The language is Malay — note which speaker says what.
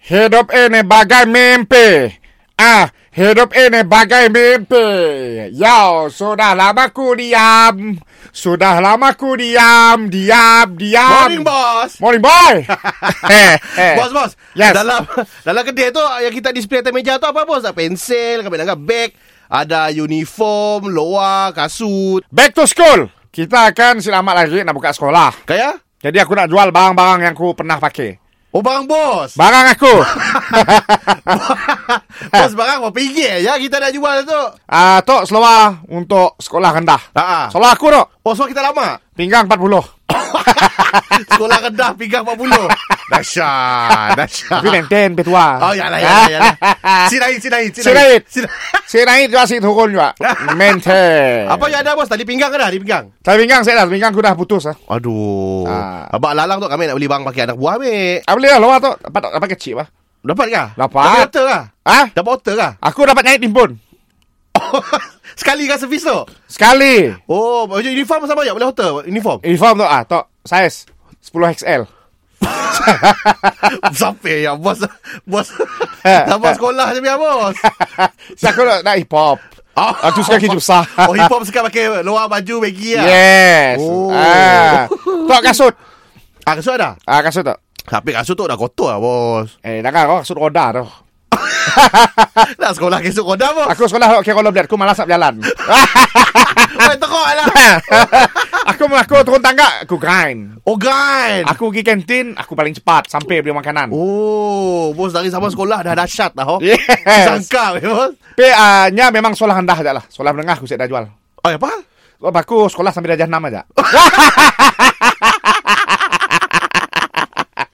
Speaker 1: Hidup ini bagai mimpi. Ah, hidup ini bagai mimpi. Yo, sudah lama ku diam. Sudah lama ku diam, diam, diam.
Speaker 2: Morning boss.
Speaker 1: Morning boy. eh, eh.
Speaker 2: Bos bos.
Speaker 1: Yes.
Speaker 2: Dalam dalam kedai tu yang kita display atas meja tu apa bos? Ada pensel, kami nak beg, ada uniform, loa, kasut.
Speaker 1: Back to school. Kita akan selamat lagi nak buka sekolah.
Speaker 2: Kaya?
Speaker 1: Jadi aku nak jual barang-barang yang aku pernah pakai.
Speaker 2: Oh barang bos.
Speaker 1: Barang aku.
Speaker 2: bos barang berapa ringgit ya kita nak jual tu.
Speaker 1: Ah, tok seluar untuk sekolah rendah.
Speaker 2: Ha.
Speaker 1: Seluar aku tok
Speaker 2: Oh so kita lama.
Speaker 1: pinggang 40.
Speaker 2: Sekolah rendah pinggang 40. Dahsyat, dahsyat.
Speaker 1: Tapi nenten petua.
Speaker 2: Oh ya lah ya lah ya lah. Sinait sinait
Speaker 1: Sinait.
Speaker 2: sinait. Sinait.
Speaker 1: Si naik juga si turun juga. Mente.
Speaker 2: Apa yang ada bos? Tali pinggang ke dah? Tali pinggang?
Speaker 1: Tapi pinggang saya dah, pinggang aku dah putus ah.
Speaker 2: Aduh.
Speaker 1: Ah.
Speaker 2: Abang lalang tu kami nak beli barang pakai anak buah ambil.
Speaker 1: Aku beli lah luar tu. Dapat dapat kecil lah.
Speaker 2: Dapat kah?
Speaker 1: Dapat.
Speaker 2: Dapat otter kah?
Speaker 1: Ha?
Speaker 2: Dapat otter kah?
Speaker 1: Aku dapat naik timbun.
Speaker 2: Sekali kah servis tu?
Speaker 1: Sekali.
Speaker 2: Oh, baju uniform sama banyak boleh otter uniform.
Speaker 1: Uniform tu ah, tu size 10 XL.
Speaker 2: Sampai ya bos. Bos.
Speaker 1: Eh,
Speaker 2: Tambah sekolah je biar bos.
Speaker 1: Saya aku nak, nak hip hop.
Speaker 2: Oh,
Speaker 1: Aku suka kaki susah.
Speaker 2: Oh, hip hop suka pakai luar baju baggy lah.
Speaker 1: Yes.
Speaker 2: Oh.
Speaker 1: Ah. Tok kasut.
Speaker 2: Ah, kasut ada?
Speaker 1: Ah kasut tu.
Speaker 2: Tapi kasut tu dah kotor lah bos.
Speaker 1: Eh, dah kau kasut roda tu.
Speaker 2: Dah sekolah kasut kodah bos.
Speaker 1: Aku sekolah okey roller blade, aku malas nak berjalan.
Speaker 2: Weh, teruk lah.
Speaker 1: Eh. aku aku turun tangga, aku grind.
Speaker 2: Oh, gan.
Speaker 1: Aku pergi kantin, aku paling cepat sampai beli makanan.
Speaker 2: Oh, bos dari sama sekolah dah dahsyat dah. Oh.
Speaker 1: Yes.
Speaker 2: Sangka, weh, bos.
Speaker 1: Tapi uh, nya memang sekolah rendah aja lah. Sekolah menengah aku saya dah jual.
Speaker 2: Oh, apa?
Speaker 1: Sebab aku sekolah sampai darjah 6 aja.